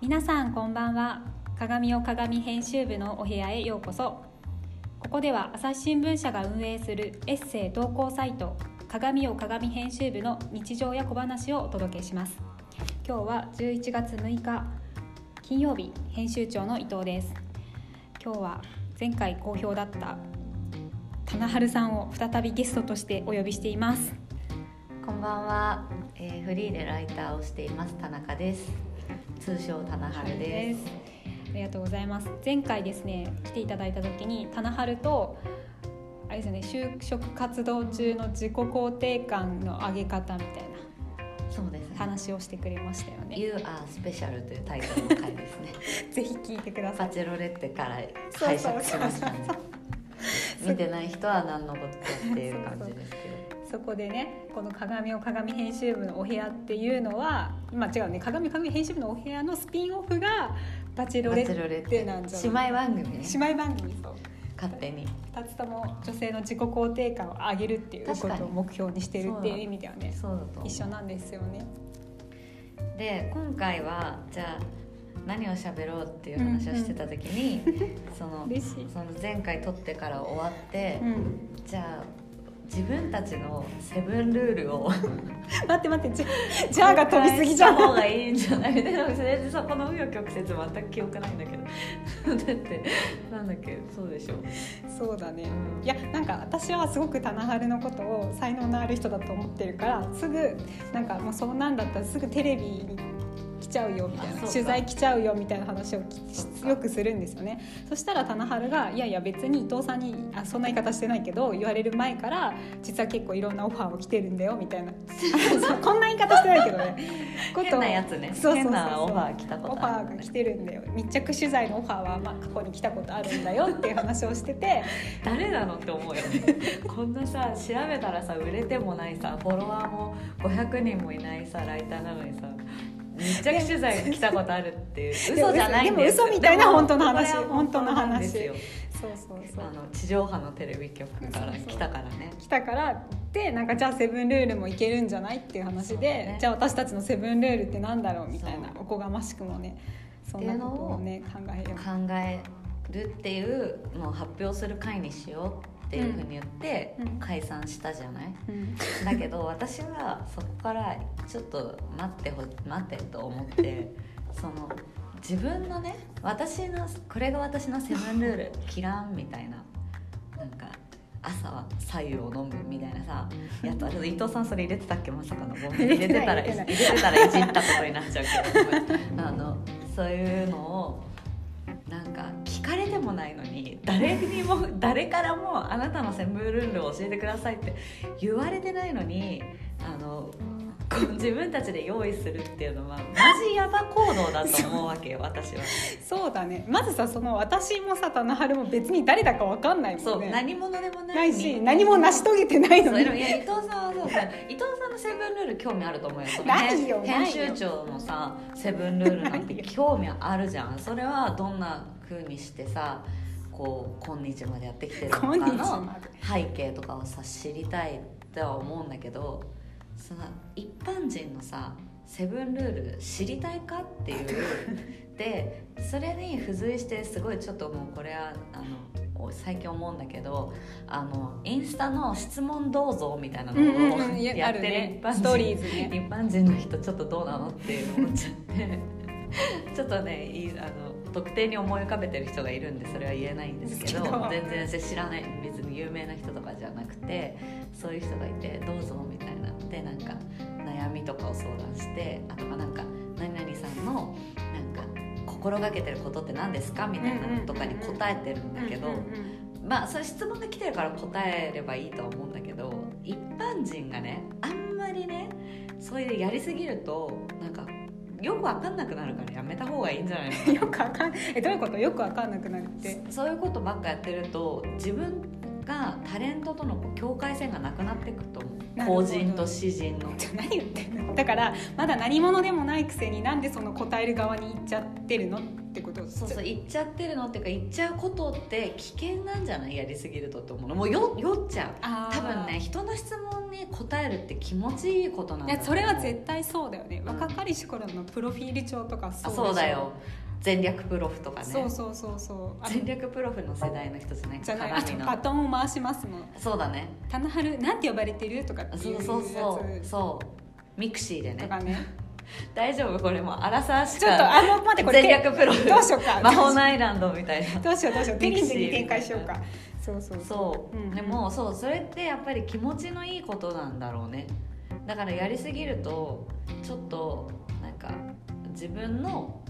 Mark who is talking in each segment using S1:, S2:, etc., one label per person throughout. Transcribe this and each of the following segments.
S1: 皆さんこんばんは鏡を鏡編集部のお部屋へようこそここでは朝日新聞社が運営するエッセイ投稿サイト鏡を鏡編集部の日常や小話をお届けします今日は11月6日金曜日編集長の伊藤です今日は前回好評だった棚春さんを再びゲストとしてお呼びしています
S2: こんばんは、えーフリーでライターをしています田中です。通称田中です。
S1: ありがとうございます。前回ですね、来ていただいた時に、棚春と。あれですよね、就職活動中の自己肯定感の上げ方みたい
S2: そうです
S1: な
S2: ね。
S1: 話をしてくれましたよね。
S2: You are special というタイトルの回で すね。
S1: ぜひ聞いてくださ
S2: バ
S1: い。
S2: チェロレッテから拝借しましたね。見てない人は何のことっていう感じですけど。
S1: そこでね、この鏡を鏡編集部のお部屋っていうのは、今違うね、鏡鏡編集部のお部屋のスピンオフが。バチェロ
S2: バ
S1: レ
S2: チェ
S1: ッ
S2: ロレッ
S1: テ
S2: テ
S1: なんじゃ
S2: 姉
S1: ない。
S2: 妹番組ね。
S1: 姉妹番組そう。
S2: 勝手に。
S1: 二つとも女性の自己肯定感を上げるっていうこ
S2: 確か
S1: と
S2: に
S1: を目標にしてるっていう意味ではね。
S2: そうだと思う。
S1: 一緒なんですよね。
S2: で今回はじゃあ何を喋ろうっていう話をしてた時に、 その
S1: 嬉しい。
S2: その前回撮ってから終わって。
S1: うん、
S2: じゃあ自分たちのセブンルー ルを
S1: 待って待ってじゃじゃあが飛びすぎじゃ
S2: 紹
S1: ん
S2: 介した方がいいんじゃないみたいなそれでさこの紆余曲折全く記憶ないんだけどだってなんだっけそうでしょ
S1: そうだねいやなんか私はすごく棚春のことを才能のある人だと思ってるからすぐなんかもうそんなんだったらすぐテレビに来ちゃうよみたい
S2: あそう
S1: な
S2: か
S1: 取材来ちゃうよみたいな話をき
S2: そっか
S1: よくするんですよねそしたら棚春が「いやいや別に伊藤さんにあそんな言い方してないけど言われる前から実は結構いろんなオファーを来てるんだよ」みたいな そうこんな言い方してないけどねことを
S2: 変なやつね
S1: そうそうそうそう
S2: 変なオファー来たこ
S1: オフ
S2: とあ
S1: ァ
S2: る
S1: ー
S2: ね
S1: が来てるんだよ密着取材のオファーはまあ過去に来たことあるんだよっていう話をして て
S2: 誰なのって思うよねこんなさ調べたらさ売れてもないさフォロワーも500人もいないさライターなのにさ密着取材来たことあるっていう嘘じゃないんです
S1: でも嘘みたいな
S2: でも
S1: 本当の話
S2: これはなんですよ
S1: そうそうそう
S2: あの地上波のテレビ局から来たからね
S1: 来たからでなんかじゃあセブンルールもいけるんじゃないっていう話で、
S2: そうだね
S1: じゃあ私たちのセブンルールってなんだろうみたいな
S2: そ
S1: おこがましくもねそんなことをね考えよう
S2: 考えるっていうのを発表する会にしようっていうふうに言って
S1: うんうん
S2: 解散したじゃない、
S1: うん
S2: だけど私はそこからちょっと待ってほ待ってと思ってその自分のね私のこれが私のセブンルールキランみたいななんか朝は白湯を飲むみたいなさやっとあ伊藤さんそれ入れてたっけまさかのごめん入れてたら
S1: 入れてない
S2: 入れてたらいじったことになっちゃうけどあのそういうのをなんか聞かれてもないのに誰にも誰からもあなたのセブンルールを教えてくださいって言われてないのにあのこう自分たちで用意するっていうのはマジヤバ行動だと思うわけよ私は。
S1: そうだねまずさその私もさ棚春も別に誰だかわかんないも
S2: そ
S1: ん
S2: う
S1: ね
S2: 何者でもない
S1: ないし何も成し遂げてない
S2: そ
S1: の
S2: う
S1: に
S2: でもいや伊藤さんはそうさ伊藤さんのセブンルール興味あると思うよその
S1: ないよ
S2: 編
S1: ないよ
S2: 編集長のさセブンルールなんて
S1: ないよ
S2: 興味あるじゃんそれはどんな風にしてさこう今日までやってきてるのか
S1: 今日
S2: の
S1: まで
S2: 背景とかをさ知りたいとは思うんだけどその一般人のさセブンルール知りたいかっていうでそれに付随してすごいちょっともうこれはあの最近思うんだけどあのインスタの質問どうぞみたいなのを
S1: うんうんうんいや
S2: やって
S1: ある
S2: る
S1: ね
S2: 一般人
S1: ストーリーズね
S2: 一般人の人ちょっとどうなのって思っちゃって。 ちょっとねいいあの特定に思い浮かべてる人がいるんでそれは言えないんですけ ど
S1: ですけど
S2: 全然知らない別に有名な人とかじゃなくてそういう人がいてどうぞみたいなでなんか悩みとかを相談してあとはなんか何々さんのなんか心がけてることって何ですかみたいなのとかに答えてるんだけど
S1: うんうんうん
S2: まあそれ質問が来てるから答えればいいとは思うんだけど一般人がねあんまりねそういうやりすぎるとなんかよくわかんなくなるからやめた方がいいんじゃ ないのかな
S1: よくわかんえどういうことよくわかんなくなるって
S2: そういうことばっかやってると自分がタレントとのこう境界線がなくなっていくと
S1: なるほ
S2: 思う
S1: ど
S2: 個人と私 人の
S1: じゃあ何言ってんのだからまだ何者でもないくせになんでその答える側に行っちゃってるのってこと
S2: そうそう言っちゃってるのっていうか言っちゃうことって危険なんじゃないやりすぎるとって思うのもうよ酔っちゃう
S1: あー
S2: 多分ね人の質問に答答えるって気持ちいいことなん
S1: い
S2: だ
S1: やそれは
S2: 対
S1: 絶対そうだよね若かりし頃のプロフィール帳とかそうでしょ
S2: そうだよ全略プロフとかね
S1: そうそうそうそうあ
S2: 全略プロフの世代の人じゃない
S1: じゃないあと
S2: 鏡の
S1: バトンを回しますもん
S2: そうだね
S1: 棚春なんて呼ばれてるとかっていう
S2: そ
S1: や
S2: う
S1: つ
S2: そうそうそうミクシーで
S1: と
S2: ね
S1: かね
S2: 大丈夫これもうアラサーし
S1: ちょっと
S2: か
S1: あもう待ってこれ
S2: 全略プロフ
S1: どうしようか
S2: 魔法のアイランドみたいな
S1: どうしようどうしようテ
S2: ミク
S1: キ
S2: シ
S1: ン
S2: ー
S1: グに展開しようかそうそうそう
S2: そう、
S1: うん
S2: でもそうそれってやっぱり気持ちのいいことなんだろうねだからやりすぎるとちょっとなんか自分の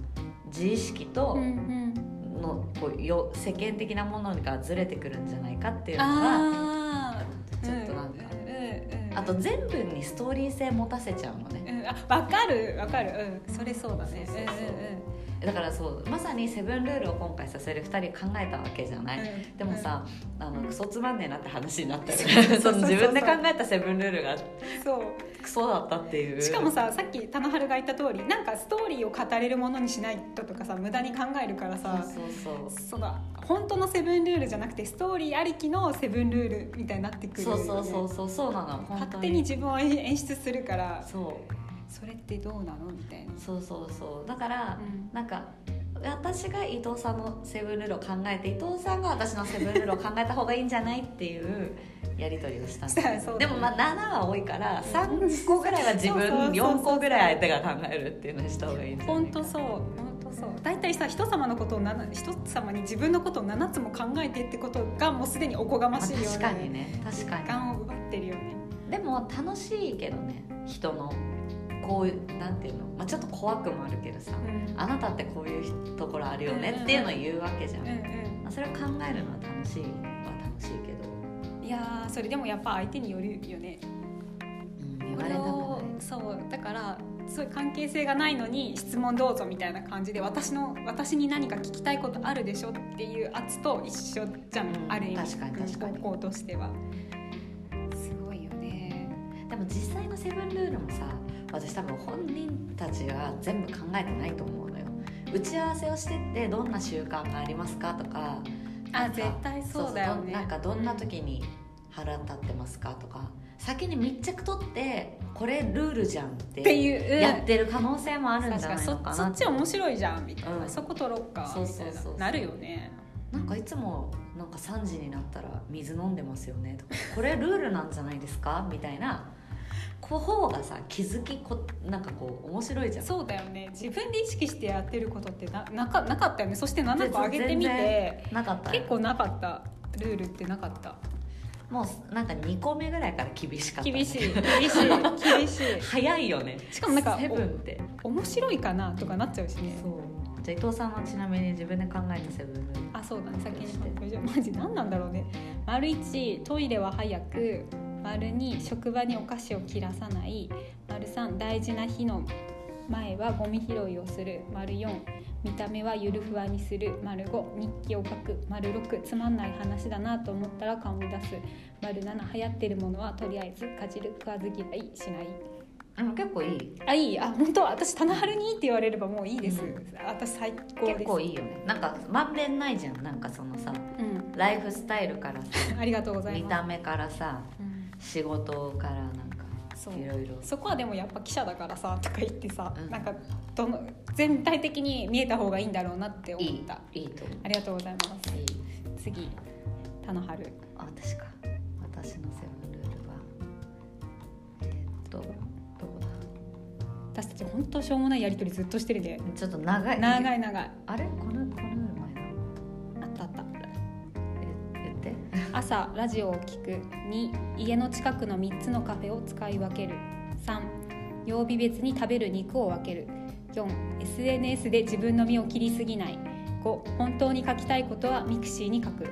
S2: 自意識と
S1: ん
S2: のこうよ世間的なものがずれてくるんじゃないかっていうのが
S1: あー
S2: ちょっとなんか
S1: うんうんうん
S2: あと全部にストーリー性持たせちゃうの
S1: う
S2: ね
S1: んあわかるわかるうんそれそうだね
S2: そううんそううんそうだからそうまさにセブンルールを今回させる2人考えたわけじゃない、
S1: うん
S2: でもさ、あのクソつまんねえなって話になったり
S1: そ
S2: そう
S1: そうそう
S2: の自分で考えたセブンルール
S1: う
S2: が
S1: んそ
S2: クソだったっていう
S1: うしかもささっき棚春が言った通りなんかストーリーを語れるものにしないととかさ無駄に考えるからさ
S2: そうそうそう
S1: その本当のセブンルールじゃなくてストーリーありきのセブンルールみたいになってくる
S2: そ
S1: よ
S2: う
S1: ね
S2: そうそうそうそうなの本当
S1: 勝手に自分を演出するから
S2: そう
S1: それってどうなのみたいな、
S2: そうそうそうだから、
S1: うん
S2: なんか私が伊藤さんのセブンルールを考えて伊藤さんが私のセブンルールを考えた方がいいんじゃないっていうやり取りをしたんです
S1: した そうだね
S2: でもまあ7は多いから
S1: うん
S2: 3個ぐらいは自
S1: そうそうそうそう
S2: 分4個ぐらい相手が考えるっていうのにした方がいいんじゃない
S1: 本当そう本当そう大体さ人様のことを7人様に自分のことを7つも考えてってことがもうすでにおこが
S2: ま
S1: ま
S2: あ
S1: しいよね
S2: 確かにね確か
S1: 時間を奪ってるよね
S2: にでも楽しいけどね人のこういうなんていうの、まあ、ちょっと怖くもあるけどさ、
S1: うん
S2: あなたってこういうところあるよねっていうのを言うわけじゃん、
S1: うん
S2: まあ、それを考えるのは楽しいは楽しいけど、
S1: うんいやーそれでもやっぱ相手によるよね
S2: うん、言われたくない
S1: そうだからそういう関係性がないのに質問どうぞみたいな感じで私の私に何か聞きたいことあるでしょっていう圧と一緒じゃん、
S2: うん
S1: ある意味
S2: 確かに確かに
S1: 高校としてはすごいよね
S2: でも実際のセブンルールもさ私多分本人たちは全部考えてないと思うのよ打ち合わせをしてってどんな習慣がありますかとか
S1: あ
S2: なんか
S1: 絶対そうだよね
S2: どなんかどんな時に腹立ってますかとか先に密着取ってこれルールじゃんっ
S1: って
S2: て
S1: いう、
S2: やってる可能性もあるんじゃないの
S1: 確
S2: か
S1: かそ
S2: な
S1: っち面白いじゃんみたいな、
S2: うん
S1: そこ取ろっか
S2: そう
S1: み
S2: そ
S1: た
S2: うそう
S1: いな
S2: そう
S1: なるよね
S2: なんかいつもなんか3時になったら水飲んでますよねとかこれルールなんじゃないですかみたいなこう方がさ気づきこなんかこう面白いじゃん
S1: そうだよね自分で意識してやってることってななかなかったよねそして7個上げてみ
S2: 全
S1: て
S2: なかった
S1: 結構なかったルールってなかった
S2: もうなんか2個目ぐらいから厳しかったね、
S1: 厳しい 厳しい厳しい
S2: 早いよね
S1: しかもなんか
S2: セブンって
S1: 面白いかなとかなっちゃうしね
S2: そうじゃあ伊藤さんはちなみに自分で考えたセブンルール
S1: あそうだね先にこれじゃマジ何なんだろうね丸1トイレは早く丸2職場にお菓子を切らさない丸3大事な日の前はゴミ拾いをする丸4見た目はゆるふわにする丸5日記を書く丸6つまんない話だなと思ったら顔に出す丸7流行ってるものはとりあえずかじる食わず嫌いしない
S2: でも結構いい
S1: あいいあ本当私棚春にいいって言われればもういいです、
S2: うん
S1: 私最高です
S2: 結構いいよねなんかまんべんないじゃんなんかそのさ
S1: うん、
S2: ライフスタイルからさ
S1: ありがとうござい
S2: 見
S1: ます
S2: た目からさ
S1: うん
S2: 仕事からなんか
S1: そう
S2: いろいろ
S1: そこはでもやっぱ記者だからさとか言ってさ、
S2: うん
S1: なんかどの全体的に見えた方がいいんだろうなって思
S2: い
S1: っ
S2: い
S1: た
S2: いいと思う
S1: ありがとうございま
S2: いい
S1: す次田野春
S2: あ私か私のセブンルールはえーっとどこだ
S1: 私たち本当しょうもないやり取りずっとしてるで
S2: ちょっと長い
S1: 長い長い
S2: あれこのこの前だ
S1: あったあった
S2: え言って
S1: 朝ラジオを聞く2家の近くの3つのカフェを使い分ける3曜日別に食べる肉を分ける4 SNS で自分の身を切りすぎない5本当に書きたいことはミクシーに書く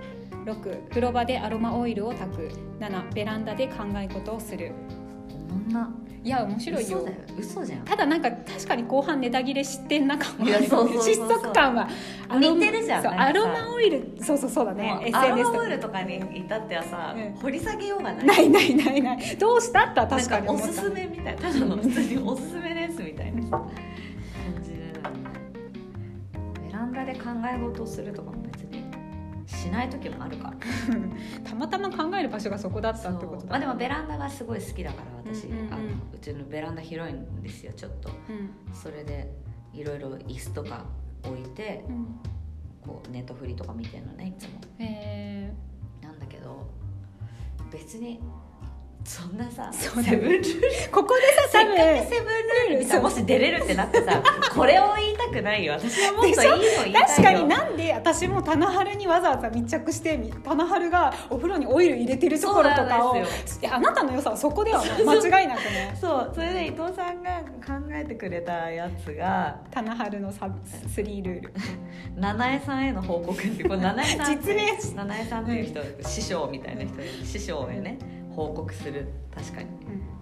S1: 6風呂場でアロマオイルを炊く7ベランダで考え事をする
S2: こんない
S1: や面白いよ
S2: 嘘だよ嘘じゃん
S1: ただなんか確かに後半ネタ切れしてんなかも
S2: いやそうそうそうそう
S1: 失速感はアロマ
S2: 似てるじゃん
S1: そう
S2: な
S1: ア
S2: んか
S1: ロ
S2: さ
S1: マオイルそうそうそうだ
S2: も
S1: ね
S2: う
S1: SNS
S2: ア
S1: と
S2: ロマオ
S1: か
S2: イルとかに至ってはさ、
S1: うん
S2: 掘り下げようがな い
S1: ないないないないどうしたっては
S2: なん
S1: 確か
S2: か
S1: に
S2: お
S1: 思った
S2: すすめみたいなただの普通におすすめですみたいな感じだよねベランダで考え事をするとかも別に
S1: し
S2: しない時もあるから
S1: たまたま考える場所がそこだったってこと
S2: そ
S1: だ
S2: うまあ、でもベランダがすごい好きだから
S1: う
S2: 私、
S1: んうんうん
S2: あのうちのベランダ広いんですよちょっと
S1: うん
S2: それでいろいろ椅子とか置いて
S1: うん
S2: こうネットフリとか見てるのねいつも
S1: え
S2: なんだけど別にそんなさ
S1: そうだね
S2: セブンルール
S1: ーここでさ
S2: せっ
S1: 多
S2: かく
S1: 分
S2: セブンルールに
S1: そ
S2: さ
S1: う
S2: もし出れるってなって さこれを言いたくないよ私はもっといいの言いたいよ
S1: 確かになんで私も棚春にわざわざ密着してみ棚春がお風呂にオイル入れてるところとかを
S2: そう
S1: い
S2: なんで
S1: やあなたの良さはそこではもう間違いなくね
S2: そうそれで伊藤さんが考えてくれたやつが
S1: 棚春のサスリールール
S2: 七重さんへの報告ってこれ七重さん
S1: 実名し
S2: 七重さんっていう人、師匠みたいな人師匠へね報告する確かに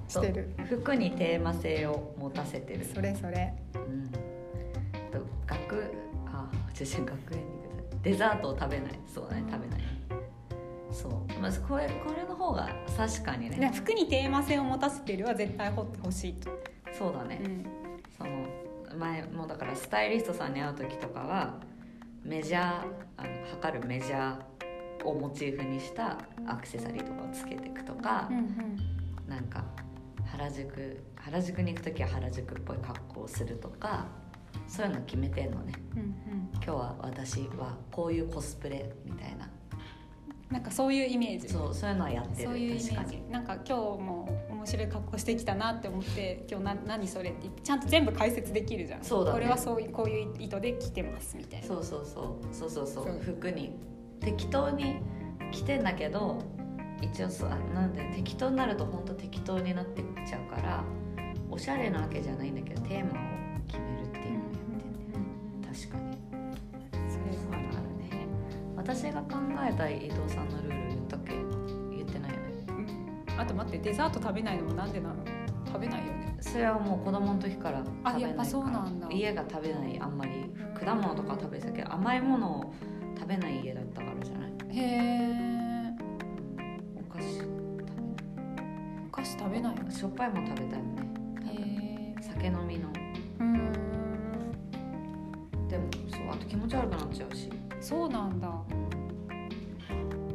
S1: してる
S2: 服にテーマ性を持たせてる
S1: それそれ
S2: うんと学あ違う違う学園にデザートを食べないそうだね食べないそうまずこれこれの方が確かにね
S1: ね服にテーマ性を持たせてるは絶対掘ってほしいと、
S2: そうだね、
S1: うん
S2: その前もだからスタイリストさんに会う時とかはメジャーあの測るメジャーをモチーフにしたアクセサリーとかをつけていくとか、なんか原宿原宿に行く時は原宿っぽい格好をするとかそういうの決めてんのね
S1: うんうん
S2: 今日は私はこういうコスプレみたいな
S1: なんかそういうイメージ
S2: そうそういうのはやってる
S1: そういうイメ
S2: 確か
S1: ージ
S2: に
S1: なんか今日も面白い格好してきたなって思って今日な何それってちゃんと全部解説できるじゃん
S2: そうだね
S1: これはそういうこういう意図で着てますみたいな
S2: そうそうそうそうそうそう
S1: そう
S2: 服に適当に着てんだけど一応そうあなんで適当になると本当適当になってっちゃうからおしゃれなわけじゃないんだけどテーマを決めるっていうのをやってて確かに
S1: それ
S2: そう
S1: は
S2: いうのあるね私が考えた伊藤さんのルール言ったっけ言ってないよね
S1: うんあと待ってデザート食べないのもなんでなの食べないよね
S2: それはもう子供の時から食べないから
S1: やっぱそうなんだ
S2: 家が食べないあんまり果物とかは食べてたけど甘いものを食べない家だったからじゃない
S1: へえ
S2: お菓子食
S1: お菓子食べない
S2: べないしょっぱいもん食べたいよね
S1: へえ
S2: 酒飲みの
S1: うん
S2: でもそうあと気持ち悪くなっちゃうし
S1: そうなん だ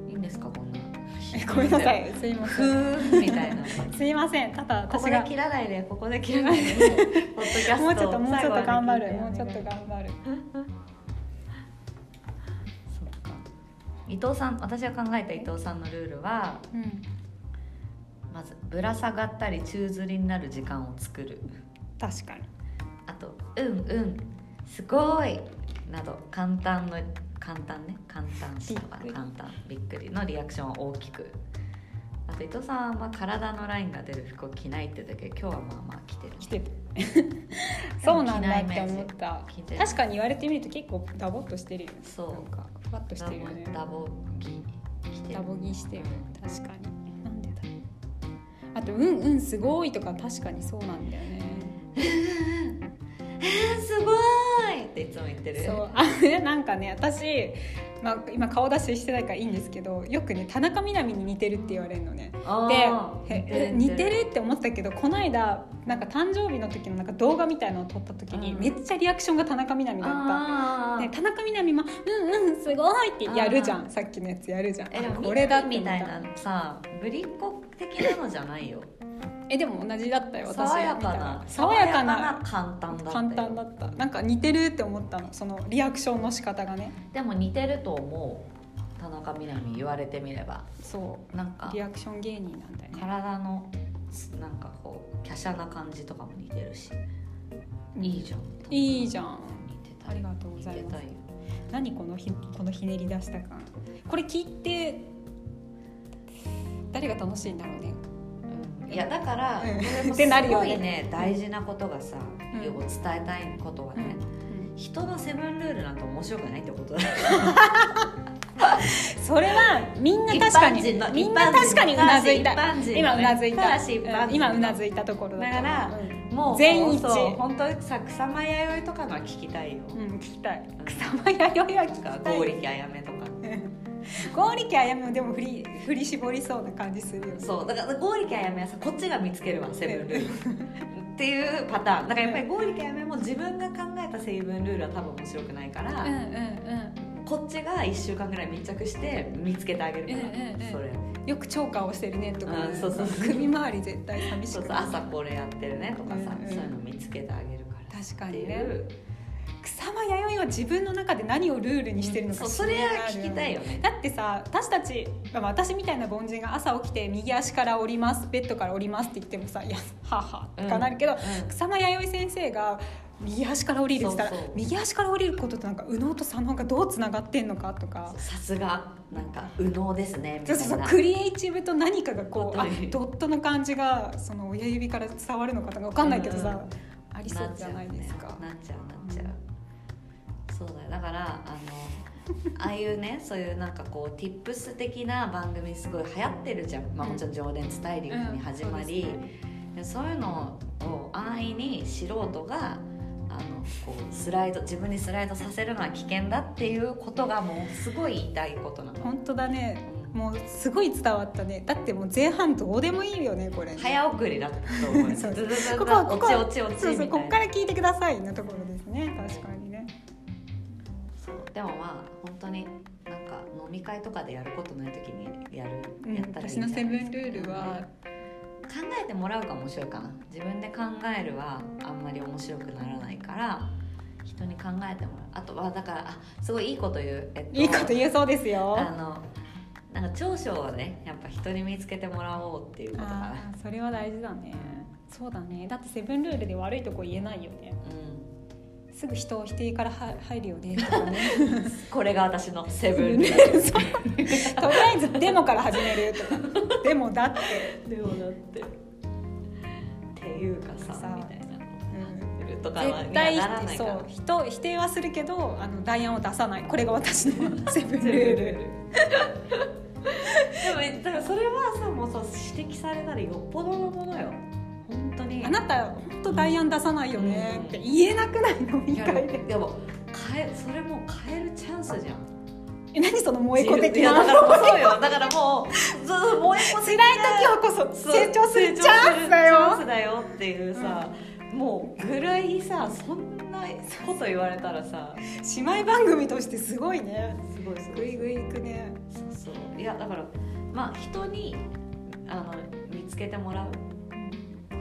S2: いいんですかこんな
S1: ごめんなさいすいま
S2: ふ
S1: せん
S2: ーんみた いな
S1: すいませんただ
S2: ここ
S1: 私
S2: で
S1: が
S2: 切らないでここで切らないでポッドキャスト
S1: もうちょっともうちょっと頑張る
S2: 最後
S1: もう
S2: まで
S1: ち
S2: 聞
S1: ょっ
S2: い
S1: てと頑張る
S2: そっか伊藤さん私が考えた伊藤さんのルールは
S1: うん
S2: まずぶら下がったり宙吊りになる時間を作る
S1: 確かに
S2: あと「うんうんすごい!」など簡単の簡単ね簡単とか
S1: びっくり
S2: 簡単びっくりのリアクションを大きくあと伊藤さんはまあ体のラインが出る服を着ないって言ったけど今日はまあまあ着てる、ね、
S1: 来てた そうなんだって思った
S2: 着てる
S1: 確かに言われてみると結構ダボっとしてるよね
S2: そう
S1: なんかふわっとし
S2: ダ
S1: てる
S2: ボ
S1: よね
S2: ダボ着着てる
S1: ダボ着してる確かになんでだろうあと「うんうんすごい」とか確かにそうなんだよね
S2: えーすごいっていつも言ってる
S1: そうあねなんかね私、まあ、今顔出ししてないからいいんですけどよくね田中みな実に似てるって言われるのねで
S2: あー
S1: え似てるって思ったけどこの間なんか誕生日の時のなんか動画みたいのを撮った時に
S2: うん
S1: めっちゃリアクションが田中みな実だった。
S2: あー
S1: ね、田中みな実も「うんうんすごい」ってやるじゃんさっきのやつやるじゃん
S2: えでも
S1: これだって思
S2: み
S1: った
S2: いなさぶりっ子的なのじゃないよ
S1: えでも同じだったよ私が
S2: 爽やか
S1: 見た
S2: な
S1: ら爽やかな
S2: 簡単だったよ
S1: 簡単だったなんか似てるって思ったのそのリアクションの仕方がね
S2: でも似てると思う田中みな実言われてみれば
S1: そう
S2: なんか
S1: リアクション芸人なんだよね
S2: 体のなんかこう華奢な感じとかも似てるしいいじゃん
S1: いいじゃん
S2: 似てた
S1: ありがとうございます
S2: 似てたよ
S1: 何このひこのひねり出した感これ聞いて誰が楽しいんだろうね
S2: いやだから、
S1: うん
S2: これも
S1: ってなるよね
S2: すごいね大事なことがさ、
S1: ん
S2: 要は伝えたいことはね、人のセブンルールなんて面白くないってことだ
S1: それはみんな確かに
S2: 一般人の
S1: みんな確かにうなずい
S2: 一般
S1: た
S2: 人のね
S1: 今うなずい
S2: た
S1: た
S2: だし一般人
S1: うん今うなずいたところだ
S2: だから
S1: うん
S2: もう
S1: 全員一致
S2: そう本当さ草間弥生とかのは聞きたいよ、
S1: うん、聞きたい
S2: うん
S1: 草間弥生は聞き
S2: なんか
S1: た
S2: 剛
S1: い
S2: 力あやめとか
S1: 剛力あやめもでも振り振り絞りそうな感じするよね
S2: そうだから剛力あやめはさこっちが見つけるわセブンルール っていうパターンだからやっぱり剛力あやめも自分が考えたセブンルールは多分面白くないから、
S1: うんうんうん
S2: こっちが1週間ぐらい密着して見つけてあげるから、
S1: うんうんうん
S2: それ
S1: よく超過をしてるねとか
S2: あーそうそうそう
S1: 首周り絶対寂し
S2: そう
S1: く
S2: そう
S1: なる
S2: 朝これやってるねとかさ、
S1: うんうん
S2: そういうの見つけてあげるから
S1: 確か
S2: って
S1: に
S2: い
S1: ね
S2: う
S1: 草間弥生は自分の中で何をルールにしてるの
S2: そ
S1: か
S2: うそれは聞きたい
S1: よ
S2: よね
S1: だってさ私たち、まあ、私みたいな凡人が朝起きて右足から降りますベッドから降りますって言ってもさ「いやはあはあ」とかなるけど、
S2: うん
S1: 草間弥生先生が右足から降りるって言ったら
S2: そうそう
S1: 右足から降りることとなんか右脳と左脳がどうつながってんのかとか
S2: そうさすがなんか右脳ですねみた
S1: そ
S2: い
S1: そ
S2: うな
S1: うそうクリエイティブと何かがこうあ
S2: 本当に
S1: ドットの感じがその親指から伝わるのかとかわかんないけどさ、ありそうじゃないですか。
S2: なっちゃうねなっちゃうなっちゃうそうだよだからあのああいうねそういうなんかこう tips 的な番組すごい流行ってるじゃん、まあ、
S1: うん
S2: もちろん「常連スタイリング」に始まり、
S1: うんそうです
S2: でそういうのを安易に素人があのこうスライド自分にスライドさせるのは危険だっていうことがもうすごい言いたいことなの。
S1: 本当だね
S2: うん
S1: もうすごい伝わったねだってもう前半どうでもいいよねこれ
S2: 早送りだと思う
S1: そう
S2: ずずずず
S1: ここはここ
S2: 落ち
S1: は
S2: 落ち落ち
S1: そうそう
S2: み
S1: こ
S2: たい
S1: っ
S2: な
S1: から聞いてくださいのところですね確かにね
S2: そうでもまあ本当になんか飲み会とかでやることない時にやる、
S1: うん
S2: やったらいい
S1: 私
S2: んじゃ
S1: の
S2: な
S1: セ
S2: い
S1: ブ
S2: です
S1: ン
S2: か
S1: ルールは
S2: 考えてもらうが面白いかな自分で考えるはあんまり面白くならないから人に考えてもらうあとはだからあすごいいいこと言う、えっと
S1: いいこと言えそうですよ
S2: あのなんか長所をねやっぱ人に見つけてもらおうっていうことか
S1: あ
S2: な
S1: ーそれは大事だねそうだねだってセブンルールで悪いとこ言えないよね
S2: う
S1: すぐ人を否定からは入るよ ねとかね
S2: ん、これが私のセブンルー ル
S1: そうとりあえずデモから始めるとか デモだって、
S2: でもだってっていうかさ
S1: さ
S2: みたいな
S1: うん
S2: ルールとかは
S1: 絶対
S2: にはならないか
S1: そ
S2: ら
S1: う人否定はするけどあの代案を出さないこれが私 のセブンルール
S2: でもだからそれはさもうさ指摘されたらよっぽどのものよ本当に
S1: あなた本当ダイアン出さないよね
S2: うん
S1: って言えなくないの飲み
S2: いや
S1: 会で
S2: でも変えそれもう変えるチャンスじゃん
S1: え何その萌え子的
S2: いやだ
S1: な
S2: からもうそうよだからもうそうそう萌え子
S1: 辛
S2: 的
S1: い
S2: な
S1: 時こそ
S2: そう
S1: 成長するチャンスだ
S2: 成長するチャン
S1: よ
S2: スだよっていうさ、もうぐらいさそんなこと言われたらさ
S1: 姉妹番組としてすごいね
S2: すごいすご
S1: グイ
S2: い
S1: グイいくね
S2: そうそういやだからまあ人にあの見つけてもらう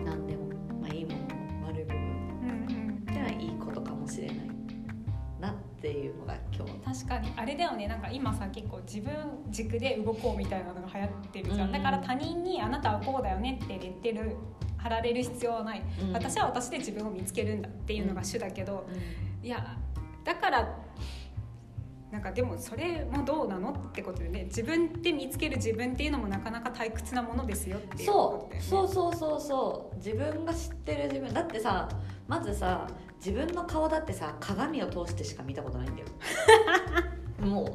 S2: なんでも、まあ、いいものも悪い部
S1: う
S2: 分
S1: んうん
S2: ではいいことかもしれないなっていうのが今日
S1: 確かにあれだよねなんか今さ結構自分軸で動こうみたいなのが流行ってるじゃん、
S2: うん
S1: だから他人に「あなたはこうだよね」ってレッテル貼られる必要はない、
S2: うん
S1: 私は私で自分を見つけるんだっていうのが主だけど、いやだからなんかでもそれもどうなのってことでね自分で見つける自分っていうのもなかなか退屈なものですよっていうこ
S2: そ
S1: とだよ
S2: う
S1: ね
S2: そうそうそうそう自分が知ってる自分だってさまずさ自分の顔だってさ鏡を通してしか見たことないんだよ もう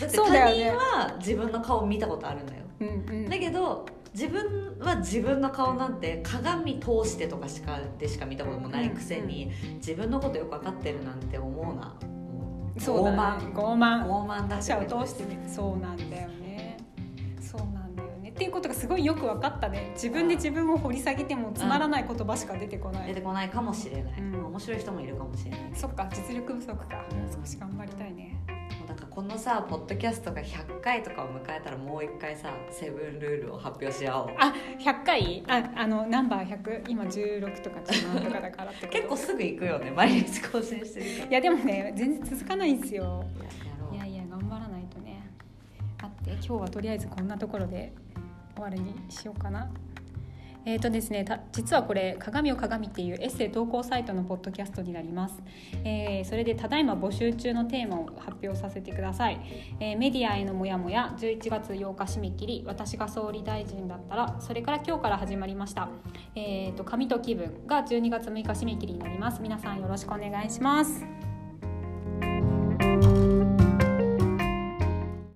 S2: だって
S1: そうだ
S2: 他
S1: よね
S2: 人は自分の顔見たことあるんだよ
S1: うんうん
S2: だけど自分は自分の顔なんて鏡通してとかしかでしか見たこともないくせに、自分のことよく分かってるなんて思うなもう
S1: そうだね
S2: 傲慢
S1: 傲慢
S2: 傲慢だ
S1: 他
S2: し
S1: 者を通してねそうなんだよねそうなんだよねっていうことがすごいよく分かったね自分で自分を掘り下げてもつまらない言葉しか出てこな
S2: 出
S1: い
S2: てこないかもしれない、
S1: うん
S2: 面白い人もいるかもしれない
S1: そっか実力不足か
S2: うん
S1: 少し頑張りたいね
S2: だからこのさポッドキャストが100回とかを迎えたらもう一回さセブンルールを発表し合おう
S1: あ100回ああのナンバー100今16とか17とかだからってこと
S2: 結構すぐ行くよね毎日更新してるか
S1: いやでもね全然続かないんですよ
S2: らいややろう
S1: いやいや頑張らないとね待って今日はとりあえずこんなところで終わりにしようかなえーとですね、た実はこれ「鏡を鏡」っていうエッセイ投稿サイトのポッドキャストになります、えーそれでただいま募集中のテーマを発表させてください、えーメディアへのモヤモヤ11月8日締め切り私が総理大臣だったらそれから今日から始まりましたえーと紙と気分が12月6日締め切りになります皆さんよろしくお願いします